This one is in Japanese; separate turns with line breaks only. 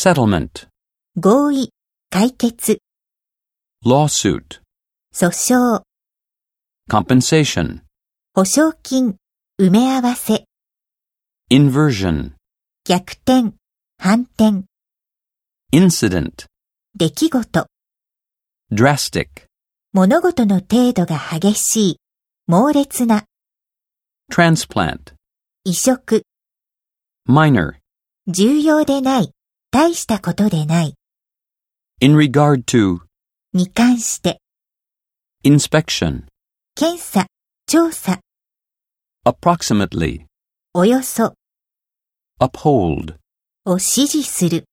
settlement,
合意、解決、
lawsuit,
訴訟、
compensation,
保証金、埋め合わせ、
inversion,
逆転、反転、
incident,
出来事、
drastic,
物事の程度が激しい、猛烈な、
transplant,
移植、
minor,
重要でない、大したことでない、
in regard to,
に関して、
inspection,
検査、調査、
approximately,
およそ、
uphold.
を指示する。